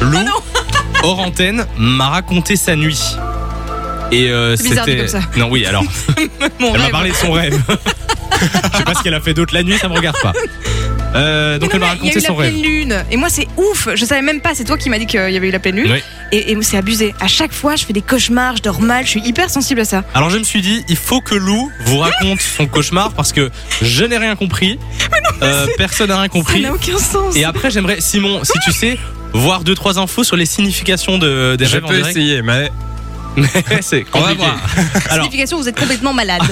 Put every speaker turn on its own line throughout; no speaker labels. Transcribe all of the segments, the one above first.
Lou,
Ah non.
hors antenne, m'a raconté sa nuit. Et euh,
C'est bizarre dit
c'était.
comme ça.
Non, oui, alors,
Mon
elle m'a
rêve.
parlé de son rêve. Je sais pas ce qu'elle a fait d'autre la nuit, ça me regarde pas. Euh, donc,
Mais
elle
non,
m'a
mais il y
raconté
a eu la
son rêve.
pleine lune. Et moi, c'est ouf. Je savais même pas. C'est toi qui m'as dit qu'il y avait eu la pleine lune.
Oui.
Et, et c'est abusé. À chaque fois, je fais des cauchemars, je dors mal, je suis hyper sensible à ça.
Alors je me suis dit, il faut que Lou vous raconte son cauchemar parce que je n'ai rien compris. Euh, personne n'a rien compris.
Ça n'a aucun sens.
Et après, j'aimerais, Simon, si tu sais, voir deux trois infos sur les significations de, des
Je
rêves en
peux
direct.
essayer, mais
C'est
on va
compliqué.
voir.
Alors,
Signification, vous êtes complètement malade.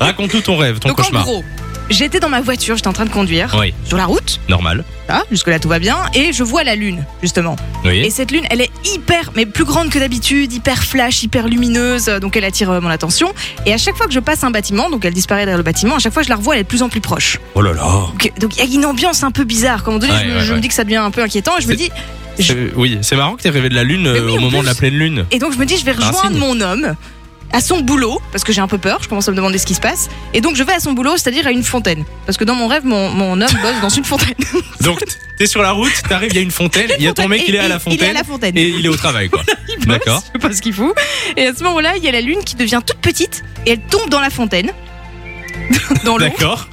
raconte-nous ton rêve, ton
Donc en
cauchemar.
gros, j'étais dans ma voiture, j'étais en train de conduire
Oui,
sur la route.
normal.
Là, jusque-là, tout va bien. Et je vois la lune, justement. Et
Oui.
cette lune, elle est hyper, mais plus grande que d'habitude, hyper flash, hyper lumineuse, euh, donc elle attire euh, mon attention. Et à chaque fois que je passe un bâtiment, donc elle disparaît derrière le bâtiment, à chaque fois je la revois, elle est de plus en plus proche.
Oh là là.
Donc donc il y a une ambiance un peu bizarre. Comme on donné,
Ouais,
je, me-
ouais,
je
ouais.
me dis que ça devient un peu inquiétant et je me dis, Je-
Euh, oui, c'est marrant que t'aies rêvé de la lune
Mais
euh,
oui,
au
en
moment
plus.
de la pleine lune.
et donc je me dis, je vais
Ah,
rejoindre
signe.
mon homme à son boulot parce que j'ai un peu peur. Je commence à me demander ce qui se passe. Et donc je vais à son boulot, c'est-à-dire à une fontaine, parce que dans mon rêve, mon, mon homme bosse dans une fontaine.
Donc t'es sur la route, t'arrives, il y a une fontaine, il y a ton mec,
Et-
il est
et-
à la
Il est à
fontaine
la fontaine.
et il est au travail quoi. D'accord.
Je sais pas ce qu'il fout. Et à ce moment-là, il y a la lune qui devient toute petite et elle tombe dans la fontaine. Dans l'eau.
D'accord.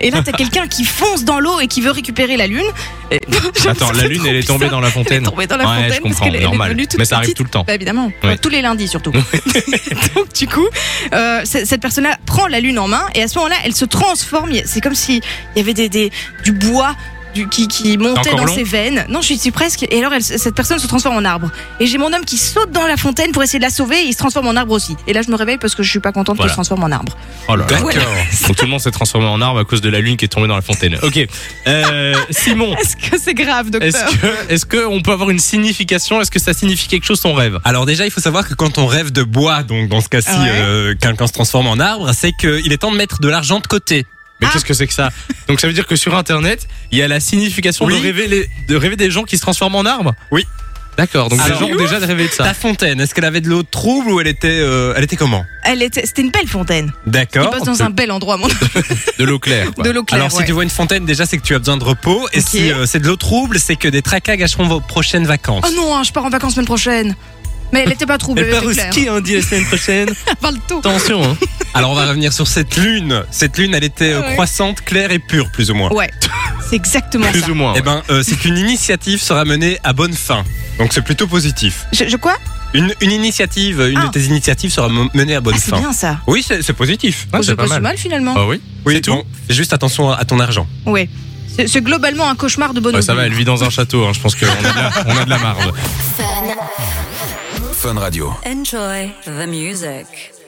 Et là, t'as quelqu'un qui fonce dans l'eau et qui veut récupérer la lune. Et-
Attends, la lune elle est tombée dans la
Elle est
fontaine.
tombée dans la
ouais, je
fontaine parce
comprends,
qu'elle est- elle est
normal.
devenue toute
Mais ça arrive
petite.
tout le temps.
Bah, évidemment, Enfin, tous les lundis surtout. Donc du coup, euh, c- cette personne-là prend la lune en main et à ce moment-là, elle se transforme. Il y a- C'est comme si il y avait des, des- du bois du, qui, qui montait
encore
dans
long
ses veines. Non, je suis presque. Et alors, elle- cette personne se transforme en arbre. Et j'ai mon homme qui saute dans la fontaine pour essayer de la sauver. Et il se transforme en arbre aussi. Et là, je me réveille parce que je suis pas contente
Voilà.
qu'il se transforme en arbre.
Oh là là.
D'accord.
Donc tout le monde s'est transformé en arbre à cause de la lune qui est tombée dans la fontaine. Ok. Euh, Simon,
Est-ce que c'est grave, docteur
est-ce que est-ce que on peut avoir une signification Est-ce que ça signifie quelque chose ton rêve
Alors déjà, il faut savoir que quand on rêve de bois, donc dans ce cas-ci,
Ah
Ouais.
euh, quelqu'un se transforme en arbre, c'est qu'il est temps de mettre de l'argent de côté.
Mais
Ah.
qu'est-ce que c'est que ça Donc ça veut dire que sur internet, il y a la signification de
Oui.
rêver les- de rêver des gens qui se transforment en arbres
Oui.
D'accord. Donc les
Alors,
gens ont déjà rêvé de ça.
Ta fontaine, est-ce qu'elle avait de l'eau de trouble ou elle était, euh, elle était comment
Elle était- C'était une belle fontaine. Il
D'accord.
passe dans un bel endroit, mon
De l'eau claire. quoi.
de l'eau claire.
Alors si
ouais.
tu vois une fontaine, déjà c'est que tu as besoin de repos. Et
Ok.
si euh, c'est de l'eau trouble, c'est que des tracas gâcheront vos prochaines vacances.
Oh non, hein, je pars en vacances semaine prochaine. Mais elle était pas trouble, elle
Elle part
était
au
claire.
ski hein, dit la semaine prochaine.
Elle parle tout.
Attention. Hein.
Alors on va revenir sur cette lune. Cette lune, elle était euh,
Ah Ouais. Oh.
croissante, claire et pure, plus ou moins.
Ouais, c'est exactement ça.
Plus ou moins.
Eh ben, euh, c'est qu'une initiative sera menée à bonne fin. Donc c'est plutôt positif.
Je, je quoi
Une, une initiative, une
Ah.
de tes initiatives sera mo- menée à bonne
Ah, c'est
fin.
bien ça.
Oui, c'est c'est positif.
Ah,
Oh,
c'est
c'est
pas
pas si
mal.
mal finalement.
Ah oui.
Oui,
C'est tout
bon, juste attention à ton argent.
Ouais. C'est c'est globalement un cauchemar de bonne
Ouais, ça va,
augure.
elle vit dans un château. hein. Je pense qu'on a, de la- on a de la marge.
Fun Radio.
Enjoy the music.